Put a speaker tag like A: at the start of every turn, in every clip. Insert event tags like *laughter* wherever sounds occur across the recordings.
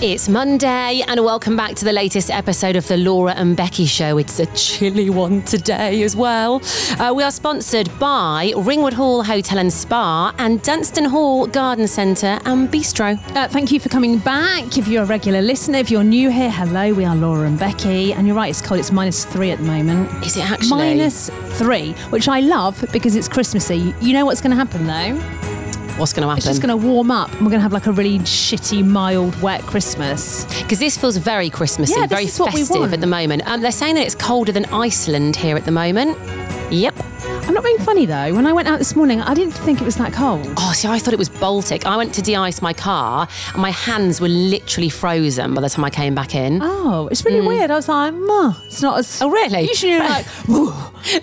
A: It's Monday, and welcome back to the latest episode of the Laura and Becky Show. It's a chilly one today as well. Uh, we are sponsored by Ringwood Hall Hotel and Spa and Dunstan Hall Garden Centre and Bistro.
B: Uh, thank you for coming back. If you're a regular listener, if you're new here, hello, we are Laura and Becky. And you're right, it's cold, it's minus three at the moment.
A: Is it actually?
B: Minus three, which I love because it's Christmassy. You know what's going to happen though?
A: What's going to happen?
B: It's just going to warm up and we're going to have like a really shitty, mild, wet Christmas.
A: Because this feels very Christmassy,
B: Yeah, this
A: very
B: is what we
A: festive
B: want.
A: at the moment. Um, they're saying that it's colder than Iceland here at the moment. Yep.
B: I'm not being funny though. When I went out this morning, I didn't think it was that cold.
A: Oh, see, I thought it was Baltic. I went to de-ice my car, and my hands were literally frozen by the time I came back in.
B: Oh, it's really weird. I was like, "Muh, it's not as.
A: Mm. Oh, really? *laughs*
B: Usually you're like,
A: Maybe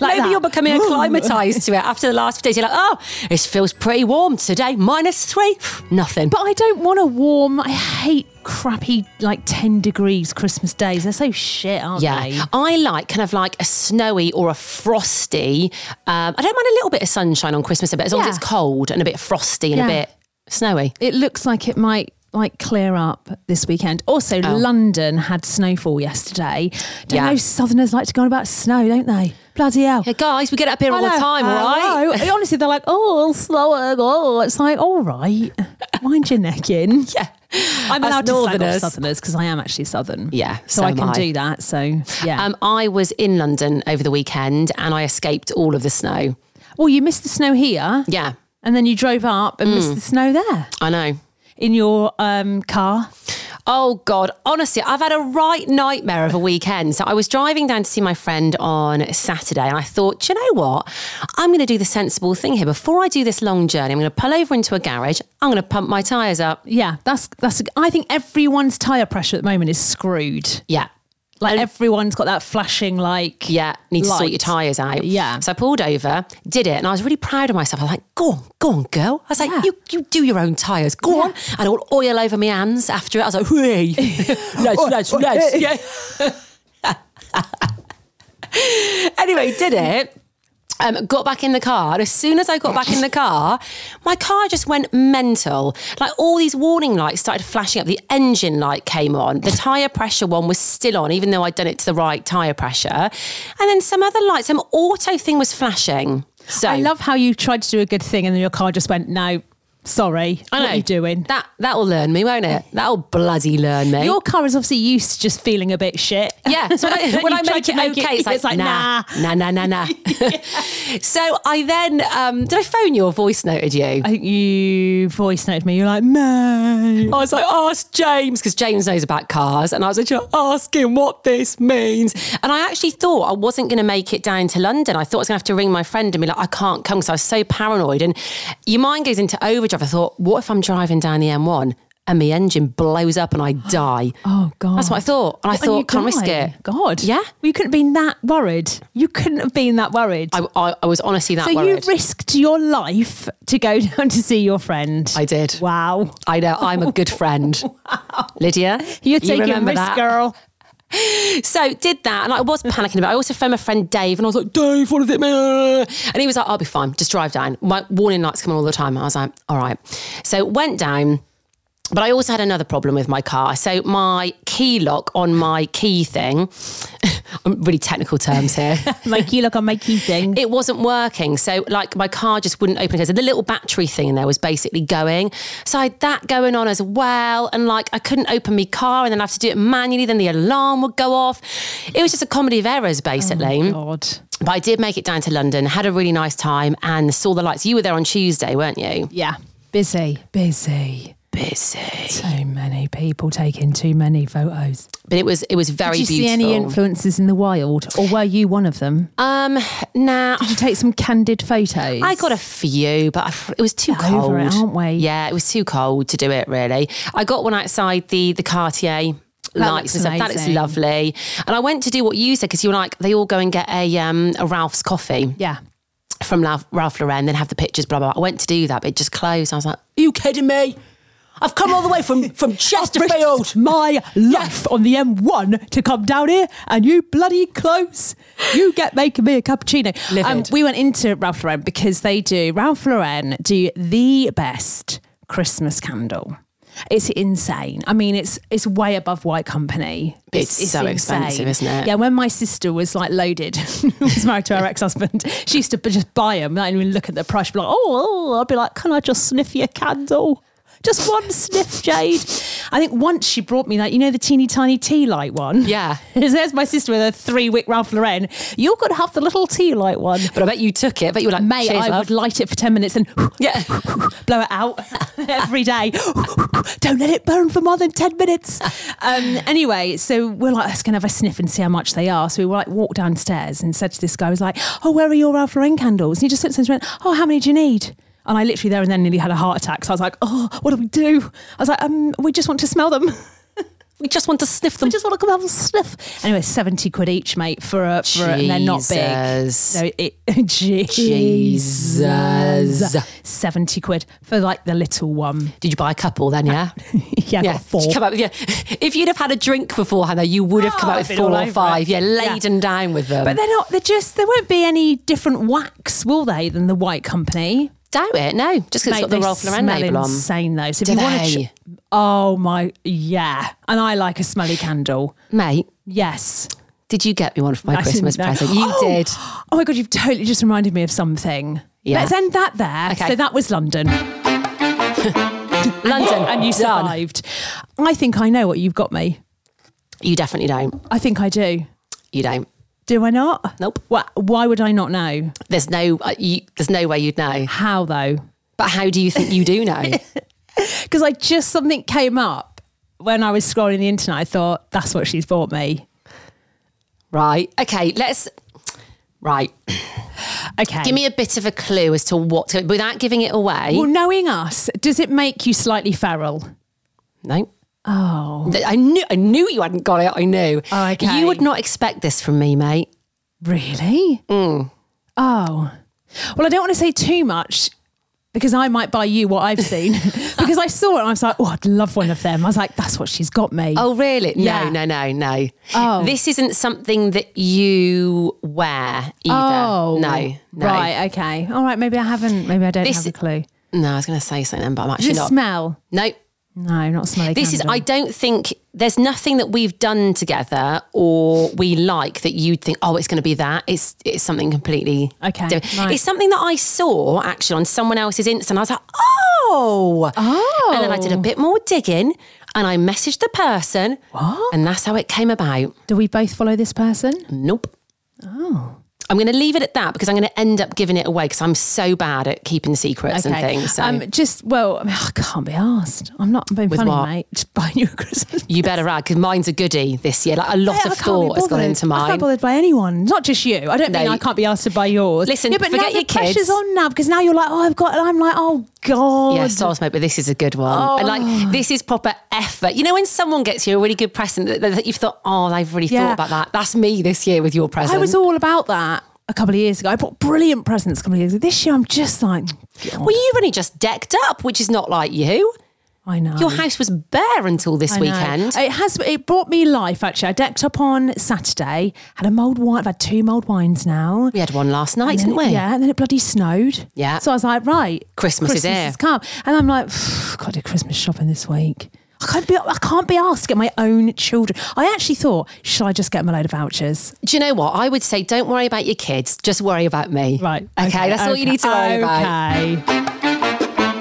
B: like that.
A: you're becoming
B: Woo.
A: acclimatized to it after the last few days. You're like, oh, this feels pretty warm today. Minus three, *sighs* nothing.
B: But I don't want a warm. I hate crappy like ten degrees Christmas days. They're so shit, aren't
A: yeah,
B: they?
A: I like kind of like a snowy or a frosty. Um, I don't mind a little bit of sunshine on Christmas, but as long
B: Yeah.
A: as it's cold and a bit frosty and a
B: Yeah.
A: bit snowy.
B: It looks like it might like clear up this weekend. Also, London had snowfall yesterday. Don't
A: Oh. Yeah.
B: know Southerners like to go on about snow, don't they? Bloody hell.
A: Hey guys, we get it up here all the
B: I know,
A: time,
B: I
A: all right? *laughs*
B: know. Honestly, they're like, oh, slower, oh. It's like, all right, wind your neck in.
A: *laughs*
B: Yeah. I'm
A: Us
B: allowed to slag off
A: Northerners.
B: Southerners because I am actually Southern.
A: Yeah,
B: So,
A: so
B: I
A: am
B: can
A: I.
B: do that. So, yeah.
A: Um, I was in London over the weekend and I escaped all of the snow.
B: well, you missed the snow here.
A: Yeah,
B: And then you drove up and
A: Mm.
B: missed the snow there
A: I know.
B: in your um, car.
A: Oh God, honestly, I've had a right nightmare of a weekend. So I was driving down to see my friend on Saturday and I thought, "Do you know what? I'm going to do the sensible thing here. Before I do this long journey, I'm going to pull over into a garage. I'm going to pump my tyres up.
B: Yeah, that's that's. I think everyone's tire pressure at the moment is screwed.
A: Yeah.
B: Like
A: And-
B: everyone's got that flashing like.
A: Yeah, need to sort
B: light.
A: your tyres out.
B: Yeah.
A: So I pulled over, did it, and I was really proud of myself. I was like, go on, go on, girl. I was like,
B: Yeah.
A: you, you do your own tyres, go on. And all oil over my hands after it. I was like,
B: *laughs*
A: hey, let's, let's, let's. Yeah. *laughs* anyway, did it. Um, got back in the car, and as soon as I got back in the car, my car just went mental. Like all these warning lights started flashing up. The engine light came on. The tire pressure one was still on, even though I'd done it to the right tire pressure. And then some other light, some auto thing was flashing. So
B: I love how you tried to do a good thing and then your car just went no. Sorry.
A: I know.
B: What are you doing?
A: That that'll learn me, won't it? That'll bloody learn me.
B: Your car is obviously used to just feeling a bit shit.
A: *laughs* Yeah. So
B: *laughs*
A: when I,
B: Then
A: when
B: you
A: I
B: try
A: make
B: to
A: it okay,
B: *laughs*
A: it's, like, nah, nah, nah, nah, nah. *laughs* so I then um, did I phone you or voice noted you?
B: I think you voice noted me. You're like, May.
A: Oh, I was like, ask James because James knows about cars, and I was like, "You're asking what this means. And I actually thought I wasn't going to make it down to London. I thought I was going to have to ring my friend and be like, I can't come because I was so paranoid. And your mind goes into overdrive. I thought, what if I'm driving down the M1 and my engine blows up and
B: *gasps*
A: I die?
B: Oh, God.
A: That's what I thought. And I
B: And you
A: thought, can't risk
B: die.
A: it.
B: God.
A: Yeah.
B: You couldn't have been that worried. You couldn't have been that worried.
A: I, I, I was honestly that
B: so
A: worried.
B: you risked your life to go *laughs* down to see your friend.
A: I did.
B: Wow.
A: I know. I'm a good
B: *laughs*
A: friend. Lydia,
B: You're taking a
A: remember
B: risk,
A: that? *laughs*
B: girl.
A: So did that, and I was panicking. But I also phoned my friend Dave, and I was like, "Dave, what is it?" And he was like, "I'll be fine. Just drive down." My warning lights come on all the time. I was like, "All right." So went down, but I also had another problem with my car. So my key lock on my key thing. *laughs* I'm really technical terms here.
B: Make you look on my
A: *laughs*
B: key thing.
A: It wasn't working. So, like, my car just wouldn't open. So, the little battery thing in there was basically going. So, I had that going on as well. And, like, I couldn't open my car and then I have to do it manually. Then the alarm would go off. It was just a comedy of errors, basically.
B: Oh God.
A: but I did make it down to London, had a really nice time, and saw the lights. You were there on Tuesday, weren't you?
B: Yeah. Busy. Busy.
A: Busy.
B: So many people taking too many photos.
A: But it was it was very
B: Did you see
A: beautiful.
B: any influencers in the wild, or were you one of them?
A: um, nah.
B: Did you take some candid photos?
A: I got a few, but I, it was too
B: Get
A: cold.
B: over it, aren't we?
A: Yeah, it was too cold to do it. Really, I got one outside the the Cartier.
B: That
A: lights
B: looks
A: and stuff. That looks
B: amazing.
A: lovely. And I went to do what you said because you were like, they all go and get a um, a Ralph's coffee
B: Yeah.
A: from Ralph, Ralph Lauren, then have the pictures, blah, blah, blah. I went to do that, but it just closed. I was like, are you kidding me? I've come all the way from,
B: *laughs*
A: from Chesterfield.
B: risked my life on the M1 to come down here, and you bloody close. You get making me a cappuccino. Um,
A: Livid.
B: we went into Ralph Lauren because they do Ralph Lauren do the best Christmas candle. It's insane. I mean, it's it's way above White Company.
A: It's so expensive, isn't it?
B: Yeah, when my sister was like loaded, *laughs* was married to her ex-husband, she used to b- just buy them. Like, and we look at the price, she'd be like, oh, oh," I'd be like, can I just sniff your candle? Just one sniff, Jade. I think once she brought me that, you know, the teeny tiny tea light one.
A: Yeah.
B: *laughs* There's my sister with her three wick Ralph Lauren. You're going to have the little tea light one.
A: But I bet you took it. I bet you were like,
B: Mate,
A: cheers,
B: I
A: love."
B: would light it for 10 minutes and
A: Yeah. *laughs*
B: blow it out *laughs* every day. *laughs* Don't let it burn for more than 10 minutes. Um, anyway, so we're like, let's go and have a sniff and see how much they are. So we like walked downstairs and said to this guy, I was like, oh, where are your Ralph Lauren candles? And he just looked at us and went, oh, how many do you need? And I literally there and then nearly had a heart attack. So I was like, oh, what do we do? I was like, um, we just want to smell them. *laughs*
A: We just want to sniff them.
B: We just want to come have a sniff. Anyway, 70 quid each, mate, for a, for a and they're not big.
A: Jesus.
B: So it, *laughs* Jesus. 70 quid for like the little one. *laughs*
A: Did you buy a couple then, yeah?
B: Yeah, I got four.
A: Come out with- yeah. If you'd have had a drink beforehand, though, you would have come
B: Oh,
A: out
B: I've
A: with
B: been
A: four
B: all
A: or
B: over
A: five.
B: it.
A: Yeah,
B: Yeah.
A: laden down with them.
B: But they're not, they're just, there won't be any different wax, will they, than the white company?
A: Doubt it, no. Just because it's got the
B: they
A: Ralph Lauren
B: smell
A: label on.
B: insane though. So if
A: Do
B: you want
A: they?
B: to, oh my, yeah. And I like a smelly candle.
A: Mate,
B: Yes.
A: did you get me one for my
B: I didn't
A: Christmas
B: know.
A: present? You
B: *gasps* Oh!
A: did.
B: Oh my God, you've totally just reminded me of something.
A: Yeah.
B: Let's end that there.
A: Okay.
B: So that was London.
A: London.
B: and
A: done.
B: you survived. I think I know what you've got me.
A: You definitely don't.
B: I think I do.
A: You don't.
B: Do I not?
A: Nope.
B: Why, why would I not know?
A: There's no. uh, You, there's no way you'd know.
B: How though?
A: But how do you think you do
B: *laughs*
A: know?
B: Because I just something came up when I was scrolling the internet. I thought that's what she's bought me.
A: right. Okay. Let's. Right.
B: Okay.
A: Give me a bit of a clue as to what to, without giving it away.
B: well, knowing us, does it make you slightly feral?
A: No.
B: Oh,
A: I knew. I knew you hadn't got it. I knew.
B: Oh, okay.
A: You would not expect this from me, mate.
B: really?
A: Mm.
B: Oh, well, I don't want to say too much because I might buy you what
A: *laughs*
B: I've seen. *laughs* because I saw it, and I was like, oh, I'd love one of them. I was like, that's what she's got me.
A: Oh, really? No,
B: Yeah.
A: no, no, no.
B: Oh.
A: This isn't something that you wear either.
B: Oh,
A: No. No.
B: Right. Okay. All right. Maybe I haven't. Maybe I don't
A: This-
B: have a clue.
A: No. I was going to say something, but I'm actually
B: Does it
A: not.
B: smell?
A: No.
B: No, not smelly.
A: This is,
B: candle.
A: I don't think there's nothing that we've done together or we like that you'd think, oh, it's going to be that. It's it's something completely
B: Okay,
A: different.
B: right.
A: It's something that I saw actually on someone else's Insta and I was like, oh.
B: Oh.
A: And then I did a bit more digging and I messaged the person. And that's how it came about.
B: Do we both follow this person?
A: Nope. Oh. I'm going to leave it at that because I'm going to end up giving it away because I'm so bad at keeping secrets and things. So
B: Um, just well, I, mean, I can't be asked. I'm not being funny,
A: what?
B: mate. *laughs* Just buying you a Christmas.
A: *laughs* you better add because mine's a goodie this year. Like a lot
B: Yeah, I
A: of
B: can't be
A: thought has gone
B: bothered.
A: into
B: I can't
A: mine.
B: be bothered by anyone, not just you. I don't
A: No.
B: mean I can't be asked to buy yours.
A: Listen,
B: yeah, but
A: forget
B: now
A: your
B: the pressure's
A: kids.
B: on now because now you're like, oh, I've got, and I'm like, oh god.
A: Yeah, soul smoke, but this is a good one. And
B: Oh.
A: like, this is proper effort. You know, when someone gets you a really good present that, that you've thought, oh, I've really
B: Yeah.
A: thought about that. That's me this year with your present.
B: I was all about that a couple of years ago. I bought brilliant presents a couple of years ago. This year, I'm just like,
A: well, you've only just decked up, which is not like you.
B: I know.
A: Your house was bare until this
B: I know. Oh,
A: weekend.
B: It has. It brought me life. Actually, I decked up on Saturday. Had a mulled wine. I've had two mulled wines now.
A: we had one last night,
B: And then
A: didn't we?
B: it- Yeah, and then it bloody snowed.
A: Yeah.
B: So I was like, right,
A: Christmas is here.
B: has come, and I'm like, got to do Christmas shopping this week. I can't be. I can't be asked to get my own children. I actually thought, should I just get them a load of vouchers?
A: Do you know what? I would say don't worry about your kids, just worry about me. Okay, that's all you need to worry about.
B: Okay.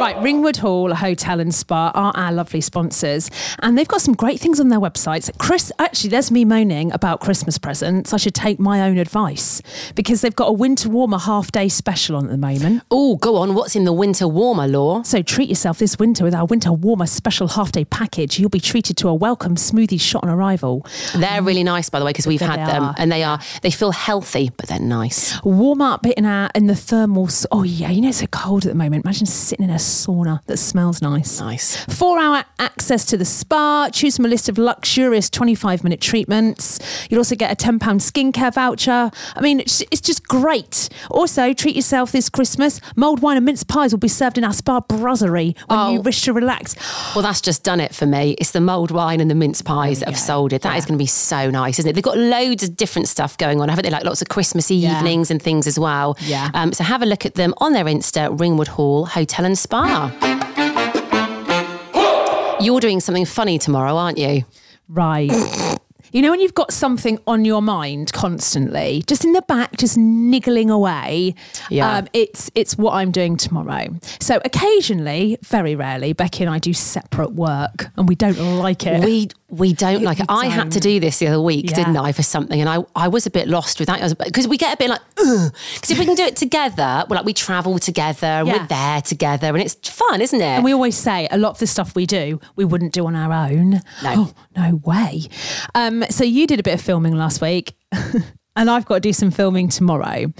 B: Right, Ringwood Hall Hotel and Spa are our lovely sponsors, and they've got some great things on their websites. Chris, actually, there's me moaning about Christmas presents. I should take my own advice because they've got a winter warmer half day special on at the moment.
A: Oh, go on. What's in the winter warmer law?
B: So treat yourself this winter with our winter warmer special half day package. You'll be treated to a welcome smoothie shot on arrival.
A: They're really nice, by the way, because we've
B: Yeah,
A: had
B: Mm. they
A: them
B: are.
A: and they are, they feel healthy, but they're nice.
B: warm up in our in the thermals. Oh yeah, you know it's so cold at the moment. Imagine sitting in a sauna that smells nice.
A: Nice.
B: Four hour access to the spa. Choose from a list of luxurious 25 minute treatments. You'll also get a £10 skincare voucher. I mean, it's, it's just great. Also, treat yourself this Christmas. Mulled wine and mince pies will be served in our spa brasserie when you wish to relax.
A: Well, that's just done it for me. It's the mulled wine and the mince pies that have sold it. That is going to be so nice, isn't it? They've got loads of different stuff going on, haven't they? Like lots of Christmassy evenings and things as well.
B: Yeah.
A: Um, so have a look at them on their Insta, Ringwood Hall Hotel and Spa. You're doing something funny tomorrow, aren't you?
B: Right. You know, when you've got something on your mind constantly, just in the back, just niggling away. um,
A: Yeah.
B: it's it's what I'm doing tomorrow. So occasionally, very rarely, Becky and I do separate work, and we don't like it.
A: We we don't like it. I had to do this the other week,
B: Yeah.
A: didn't I, for something? And I, I was a bit lost with that because we get a bit like because if we can do it together, we're like we travel together, and
B: Yeah.
A: we're there together, and it's fun, isn't it?
B: and we always say a lot of the stuff we do, we wouldn't do on our own. No, oh, no way. Um, so you did a bit of filming last week, *laughs* and I've got to do some filming tomorrow.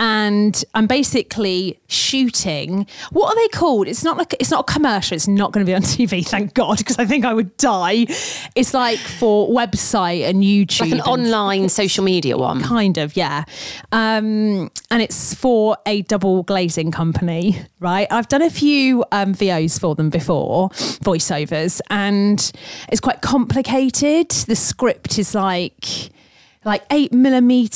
B: And I'm basically shooting. What are they called? It's not like it's not a commercial. It's not going to be on *laughs* TV, thank God, because I think I would die. It's like for website and YouTube,
A: like an
B: and
A: online social media one.
B: kind of yeah um and it's for a double glazing company right i've done a few um vos for them before voiceovers and it's quite complicated the script is like like eight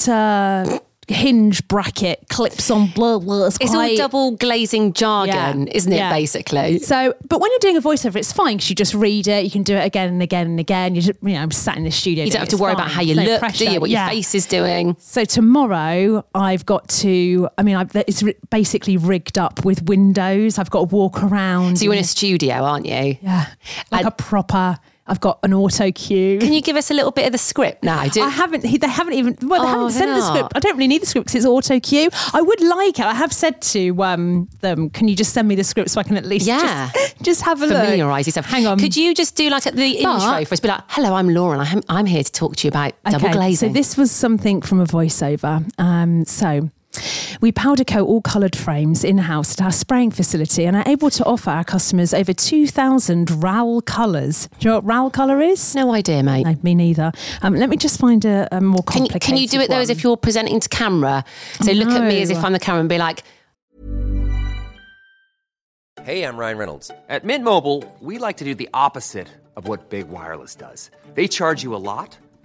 B: millimeter hinge bracket clips on blah blah
A: It's all
B: quite-
A: double glazing jargon,
B: Yeah.
A: isn't it?
B: Yeah.
A: Basically,
B: so, but when you're doing a voiceover, it's fine because you just read it. You can do it again and again and again. You, just, you know, I'm sat in the studio.
A: you don't have to worry about how you look, do you? What your face is doing.
B: So tomorrow I've got to. I mean, I've, it's ri- basically rigged up with windows. I've got to walk around.
A: So you're in a studio, aren't you?
B: Mm. yeah, like
A: And-
B: a proper. I've got an auto cue.
A: Can you give us a little bit of the script now? Do,
B: I haven't. he- They haven't even. Well, they
A: Oh,
B: haven't
A: they're
B: sent the
A: not.
B: script. I don't really need the script 'cause it's auto cue. I would like it. I have said to um, them, "Can you just send me the script so I can at least
A: Yeah.
B: just, *laughs* just have a look."
A: familiarise yourself.
B: Hang on.
A: Could you just do like the intro for us? Be like, "Hello, I'm Laura. and I'm I'm here to talk to you about double glazing."
B: So this was something from a voiceover. Um, so. We powder coat all coloured frames in house at our spraying facility and are able to offer our customers over 2,000 RAL colours. Do you know what RAL colour is?
A: no idea, mate.
B: No, me neither. Um, let me just find a, a more
A: Can you,
B: complicated
A: can you do it though as
B: one.
A: if you're presenting to camera? So look at me as
B: No.
A: if I'm the camera and be like,
C: Hey, I'm Ryan Reynolds. At Mint Mobile, we like to do the opposite of what Big Wireless does. They charge you a lot,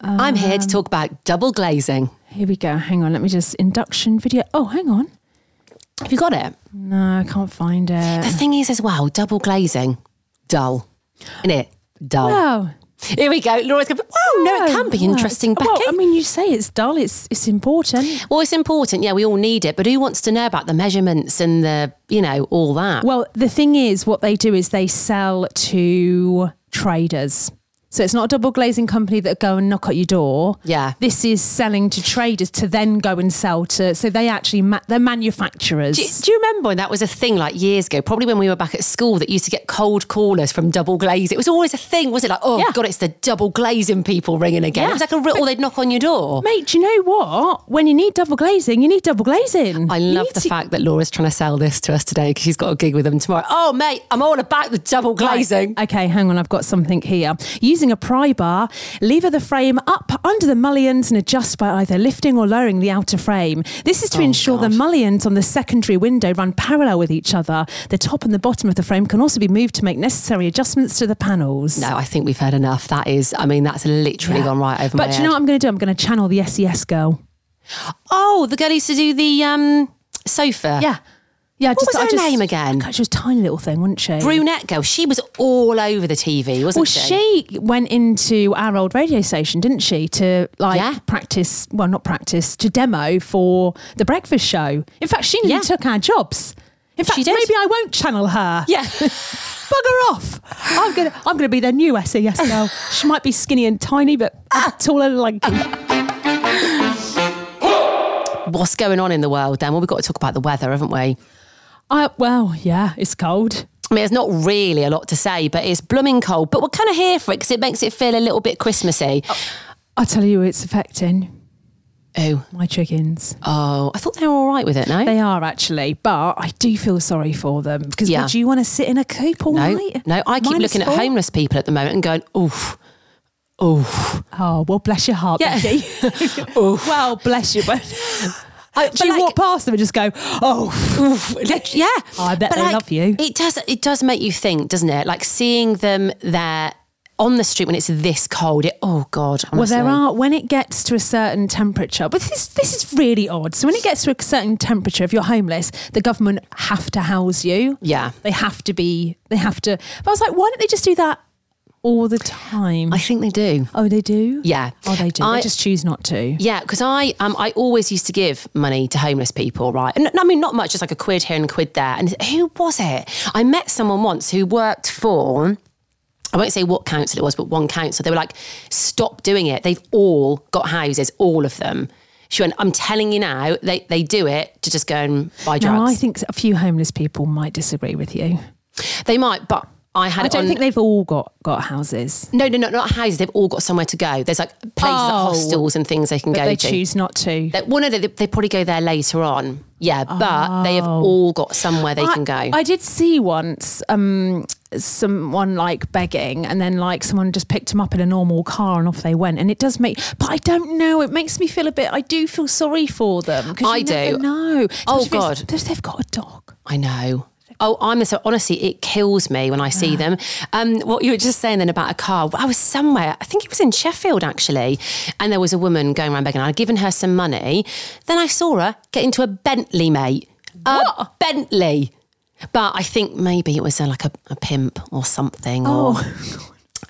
B: Um,
A: I'm here to talk about double glazing.
B: Here we go. Hang on. Let me just induction video. Oh, hang on.
A: Have you got it?
B: No, I can't find
A: The
B: it.
A: thing is, as well, double glazing, dull, isn't it? Dull.
B: Oh.
A: Here we go. Laura's going. Wow, Oh, no, it can be interesting, Becky.
B: Well, I mean, you say it's dull. It's it's important.
A: Well, it's important. Yeah, we all need it. But who wants to know about the measurements and the, you know, all that?
B: Well, the thing is, what they do is they sell to traders. So it's not a double glazing company that go and knock at your door.
A: Yeah.
B: this is selling to traders to then go and sell to. So they actually ma- they're manufacturers.
A: do, you- do you remember when that was a thing like years ago? Probably when we were back at school that used to get cold callers from double glaze. It was always a thing, was it? Like, oh,
B: Yeah.
A: God, it's the double glazing people ringing again. It was like a real, or they'd knock on your door.
B: Mate, do you know what? When you need double glazing, you need double glazing.
A: I
B: You
A: love
B: need
A: the
B: to-
A: fact that Laura's trying to sell this to us today because she's got a gig with them tomorrow. Oh, mate, I'm all about the double glazing.
B: Right. Okay, hang on. I've got something here. Using a pry bar, lever the frame up under the mullions and adjust by either lifting or lowering the outer frame. This is to ensure the mullions on the secondary window run parallel with each other. The top and the bottom of the frame can also be moved to make necessary adjustments to the panels.
A: No, I think we've heard enough. That is, I mean, that's literally gone right over my
B: But do you
A: head.
B: know what I'm going to do? I'm going to channel the SES girl.
A: Oh, the girl who used to do the um, sofa.
B: Yeah. Yeah,
A: What was her name again?
B: God, she was a tiny little thing, wasn't she?
A: brunette girl. She was all over the TV, wasn't
B: Well,
A: she?
B: she went into our old radio station, didn't she, to like
A: Yeah.
B: practice? Well, not practice to demo for the breakfast show. In fact, she nearly
A: Yeah.
B: took our jobs. In fact,
A: She did.
B: maybe I won't channel her.
A: Yeah.
B: *laughs* bugger off! I'm gonna, I'm gonna be their new
A: *laughs*
B: SES girl. she might be skinny and tiny, but
A: Ah.
B: tall and lanky.
A: What's going on in the world then? Well, we've got to talk about the weather, haven't we? I mean,
B: I, well, yeah, it's cold.
A: there's not really a lot to say, but it's blooming cold. But we're kind of here for it because it makes it feel a little bit Christmassy.
B: I tell you, it's affecting
A: Oh,
B: my chickens.
A: oh, I thought they were all right with it, no?
B: They are actually, but I do feel sorry for them because
A: Yeah.
B: would you want to sit in a coop all
A: no,
B: night?
A: no. I keep
B: Minus
A: looking
B: four?
A: at homeless people at the moment and going, oof, oof.
B: Oh well, bless your heart,
A: Yeah.
B: *laughs* Becky. well, bless you. But
A: I- but
B: do you
A: like-
B: walk past them and just go, "Oh,
A: Oof, like, yeah.
B: I bet they love you.
A: It does. It does make you think, doesn't it? Like seeing them there on the street when it's this cold. It, oh God.
B: well, there
A: honestly.
B: are when it gets to a certain temperature." But this this is really odd. So when it gets to a certain temperature, if you're homeless, the government have to house you.
A: Yeah.
B: they have to be. They have to. But I was like, why don't they just do that all the time?
A: I think they do.
B: oh, they do.
A: Yeah.
B: Oh, they do.
A: I-
B: they just choose not to.
A: Yeah, because I um I always used to give money to homeless people, right? And I mean, not much, just like a quid here and a quid there. And who was it? I met someone once who worked for. I won't say what council it was, but one council. They were like, "Stop doing it. They've all got houses, all of them." She went, "I'm telling you now, they they do it to just go and buy drugs.
B: Now, I think a few homeless people might disagree with you.
A: they might, but I had
B: I
A: it
B: don't
A: on-
B: think they've all got got houses.
A: no, no, no, not houses. They've all got somewhere to go. There's like places, like
B: Oh.
A: hostels, and things they can go
B: they
A: to.
B: choose not to.
A: That one of the, they probably go there later on. Yeah, but they have all got somewhere they
B: Oh. I,
A: can go.
B: I did see once um, someone like begging, and then like someone just picked them up in a normal car and off they went. And it does make, but I don't know. It makes me feel a bit. I do feel sorry for them. 'cause
A: I
B: you never
A: do.
B: know.
A: Oh,
B: Especially if it's-
A: God.
B: they've- they've got a dog.
A: I know. Oh, I'm so honestly, it kills me when I
B: *sighs*
A: see them. Um, what you were just saying then about a car. I was somewhere, I think it was in Sheffield actually, and there was a woman going around begging. I'd given her some money. Then I saw her get into a Bentley, mate. A Bentley. But I think maybe it was uh, like a, a pimp or something.
B: Oh.
A: Or,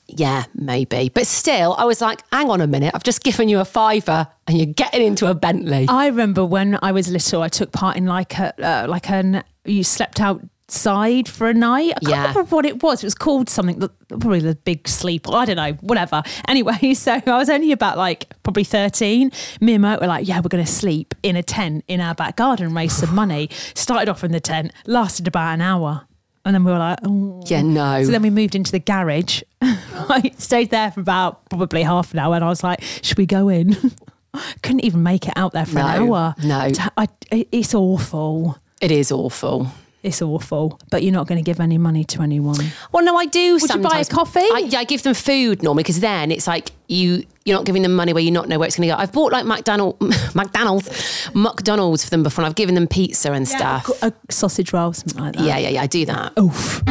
A: yeah, maybe. But still, I was like, hang on a minute. I've just given you a fiver and you're getting into a
B: Oh.
A: Bentley.
B: I remember when I was little, I took part in like a uh, like an you slept out outside for a night. I can't
A: Yeah.
B: remember what it was. It was called something, the- probably the big sleep. I don't know, whatever. Anyway, *laughs* so I was only about like probably 13. Me and Mike were like, yeah, we're going to sleep in a tent in our back garden, and raise some money. Started off in the tent, lasted about an hour. And then we were like, oh.
A: Yeah, no.
B: So then we moved into the garage. *laughs* I stayed there for about probably half an hour and I was like, should we go in? *laughs* Couldn't even make it out there for an
A: No,
B: hour.
A: no.
B: Ta- I, it- it's awful.
A: It is awful.
B: It's awful. But you're not going to give any money to anyone.
A: Well, no, I do.
B: you buy a
A: sometimes.
B: coffee?
A: I, yeah, I give them food normally because then it's like you you're not giving them money where you not know where it's going to go. I've bought like McDonald *laughs* McDonald's McDonald's for them before. and I've given them pizza and stuff.
B: A sausage roll, something like that.
A: Yeah, yeah, yeah. I do that.
B: Oof.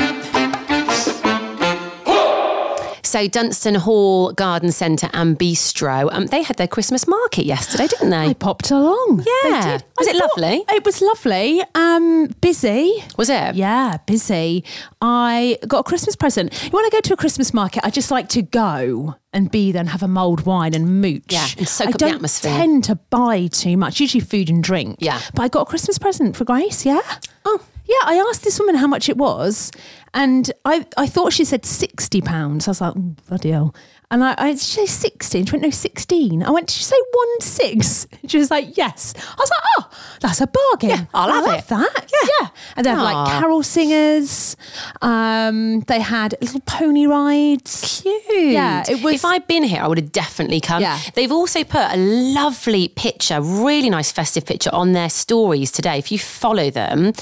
A: So Dunstan Hall Garden Centre and Bistro, um, they had their Christmas market yesterday, didn't
B: I
A: they?
B: popped along.
A: Yeah.
B: They did.
A: Was it
B: I thought-
A: lovely?
B: It was lovely. Um, busy.
A: Was it?
B: Yeah, busy. I got a Christmas present. When I go to a Christmas market, I just like to go and be there and have a mulled wine and mooch.
A: Yeah, and soak
B: I
A: up the
B: don't
A: atmosphere.
B: tend to buy too much, usually food and drink.
A: Yeah.
B: But I got a Christmas present for Grace, yeah?
A: Oh.
B: Yeah, I asked this woman how much it was, and I, I thought she said £60. I was like, "Mm, bloody hell. And I, I she said 16. She went, no, 16. I went, did she say one six? *laughs* She was like, yes. I was like, oh, that's a bargain.
A: Yeah, I'll
B: I
A: have
B: love
A: it.
B: that. Yeah. yeah. And they had like
A: Aw.
B: carol singers. Um, they had little pony rides.
A: Cute.
B: Yeah, it was-
A: If I'd been here, I would have definitely come.
B: Yeah.
A: They've also put a lovely picture, really nice festive picture on their stories today. If you follow them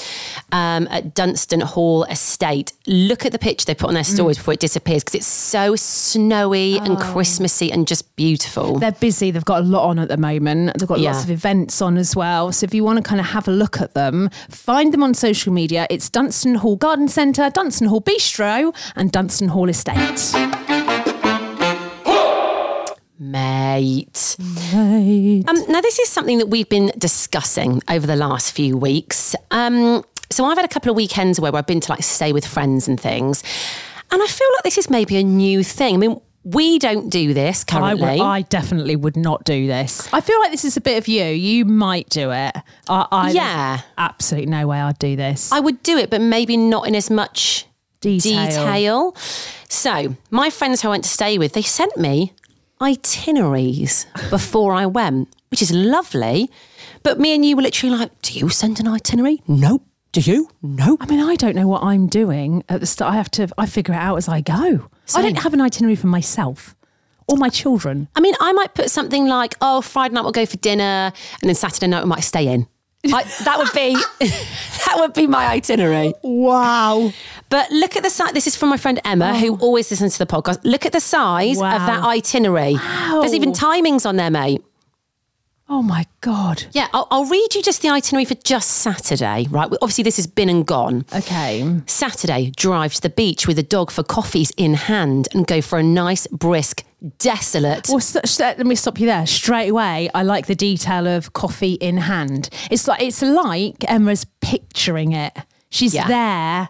A: um, at Dunstan Hall Estate, look at the picture they put on their
B: Mm.
A: stories before it disappears because it's so snowy
B: Oh.
A: and Christmassy and just beautiful.
B: They're busy. They've got a lot on at the moment. They've got
A: Yeah.
B: lots of events on as well. So if you want to kind of have a look at them, find them on social media. It's Dunstan Hall Garden Centre, Dunstan Hall Bistro, and Dunstan Hall Estate.
A: Mate. Um, now, this is something that we've been discussing over the last few weeks. Um, so, I've had a couple of weekends where I've been to like stay with friends and things. And I feel like this is maybe a new thing. I mean, we don't do this
B: I
A: currently.
B: would- I definitely would not do this. I feel like this is a bit of you. You might do it. I, I, there's
A: Yeah.
B: Absolutely no way I'd do this.
A: I would do it, but maybe not in as much
B: Detail.
A: detail. So, my friends who I went to stay with, they sent me itineraries before I went, which is lovely. But me and you were literally like, do you send an itinerary? Nope. Do you? Nope.
B: I mean, I don't know what I'm doing at the start. I have to, I figure it out as I go. I don't have an itinerary for myself or my children.
A: I mean, I might put something like, oh, Friday night we'll go for dinner, and then Saturday night we might stay in. I, that would be *laughs* that would be my itinerary.
B: Wow. Oh.
A: But look at the size. This is from my friend Emma, who always listens to the podcast. Look at the size of
B: Wow.
A: that itinerary. There's even timings on there, mate.
B: Oh my God.
A: Yeah, I'll, I'll read you just the itinerary for just Saturday, right? Obviously, this has been and gone.
B: Okay.
A: Saturday, drive to the beach with a dog for coffees in hand and go for a nice, brisk, desolate.
B: Well, so, so let me stop you there straight away. I like the detail of coffee in hand. It's like it's like Emma's picturing it. She's
A: Yeah.
B: there.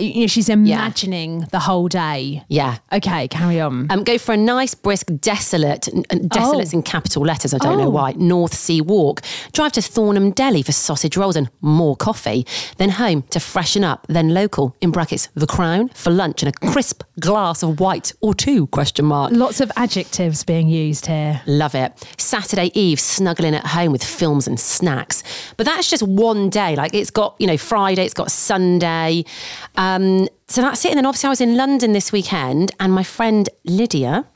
B: You know, she's imagining the whole day.
A: yeah.
B: Okay, carry on.
A: Um, go for a nice, brisk, desolate, n- n- desolate's
B: Mm. Oh.
A: in capital letters, I don't know
B: Oh.
A: why, North Sea Walk. Drive to Thornham Deli for sausage rolls and more coffee. Then home to freshen up, then local, in brackets, The Crown, for lunch and a crisp glass of white or two, question mark.
B: Lots of adjectives being used here.
A: Love it. Saturday Eve, snuggling at home with films and snacks. But that's just one day. Like it's got, you know, Friday, it's got Sunday. Um, so that's it. And then obviously I was in London this weekend and my friend Lydia,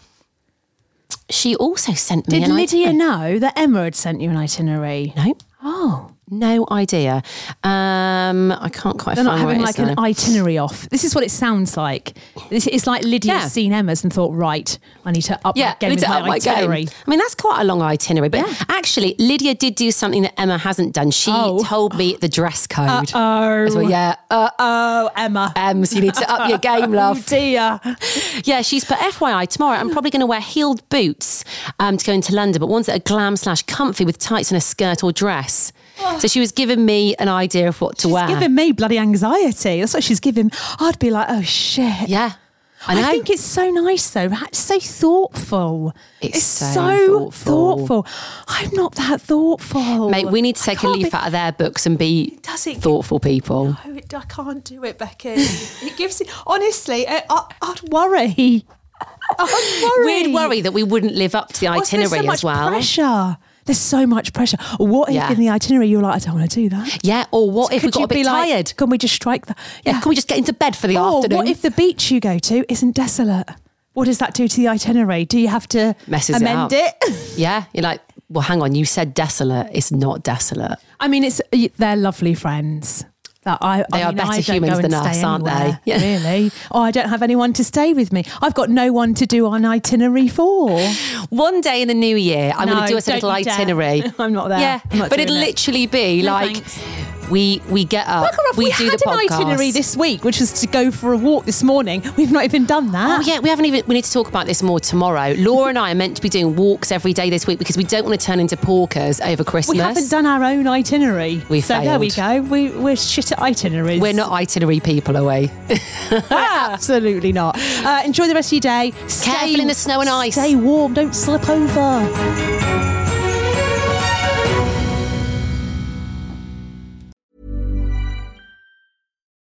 A: she also sent me
B: Did
A: an
B: Lydia
A: idea.
B: know that Emma had sent you an itinerary?
A: No,
B: Oh,
A: no idea. Um, I can't quite
B: they're
A: find
B: not having
A: where it
B: like
A: is
B: an
A: now.
B: itinerary off. This is what it sounds like. This, it's like Lydia's
A: Yeah.
B: seen Emma's and thought, right, I need to up
A: yeah,
B: my game with
A: Lydia,
B: my
A: up my game.
B: itinerary.
A: I mean, that's quite a long itinerary, but actually, Lydia did do something that Emma hasn't done. She
B: Oh.
A: told me the dress code.
B: Oh,
A: As well, yeah. Uh,
B: oh, Emma.
A: Ems, you need to *laughs* up your game,
B: Oh
A: love.
B: dear.
A: Yeah, she's put FYI tomorrow. I'm probably going to wear heeled boots um, to go into London, but ones that are glam slash comfy with tights and a skirt or dress. So she was giving me an idea of what to
B: Oh.
A: wear.
B: She's giving me bloody anxiety. That's what she's giving. I'd be like, oh shit.
A: yeah. I know.
B: think it's so nice though. That's so thoughtful.
A: It's so thoughtful.
B: thoughtful. I'm not that thoughtful.
A: Mate, we need to
B: I
A: take a
B: can't
A: leaf
B: be-
A: out of their books and be
B: Does it-
A: thoughtful people.
B: Oh, it- I can't do it, Becky. it gives it, honestly, I, I, I'd
A: *laughs*
B: worry. I'd worry.
A: We'd worry that we wouldn't live up to the
B: Also,
A: itinerary
B: Oh, there's so much
A: as well.
B: Pressure. There's so much pressure. What if
A: Yeah.
B: in the itinerary you're like, I don't want to do that?
A: Yeah, or what if we
B: Could
A: got
B: you
A: a bit
B: be like,
A: tired?
B: Can we just strike that?
A: Yeah, can we just get into bed for the
B: or
A: afternoon?
B: what if the beach you go to isn't desolate? What does that do to the itinerary? Do you have to
A: Messes it up.
B: amend it?
A: *laughs* yeah, you're like, well, hang on, you said desolate. It's not desolate.
B: I mean, it's they're lovely friends. That I,
A: They
B: I
A: are
B: mean,
A: better
B: I don't
A: humans
B: go
A: than
B: and
A: us,
B: stay
A: aren't they?
B: anywhere,
A: Yeah.
B: Really? Oh, I don't have anyone to stay with me. I've got no one to do an itinerary for.
A: One day in the new year, I'm going
B: No,
A: to do us a
B: don't
A: little
B: you dare.
A: itinerary.
B: *laughs* I'm not there.
A: Yeah,
B: I'm not
A: but
B: doing
A: it'll
B: it.
A: literally be
B: No,
A: like
B: thanks.
A: we we get up,
B: Bugger off,
A: we, do
B: had
A: the podcast.
B: an itinerary this week, which was to go for a walk this morning. We've not even done that.
A: Oh yeah, we haven't even. We need to talk about this more tomorrow. Laura and I are meant to be doing walks every day this week because we don't want to turn into porkers over Christmas.
B: We haven't done our own itinerary.
A: We
B: so there we go.
A: failed.
B: We, we're shit at itineraries.
A: We're not itinerary people, are we?
B: *laughs*
A: *laughs*
B: Absolutely not. Uh, enjoy the rest of your day. Stay,
A: Careful in the snow and ice.
B: Stay warm. Don't slip over.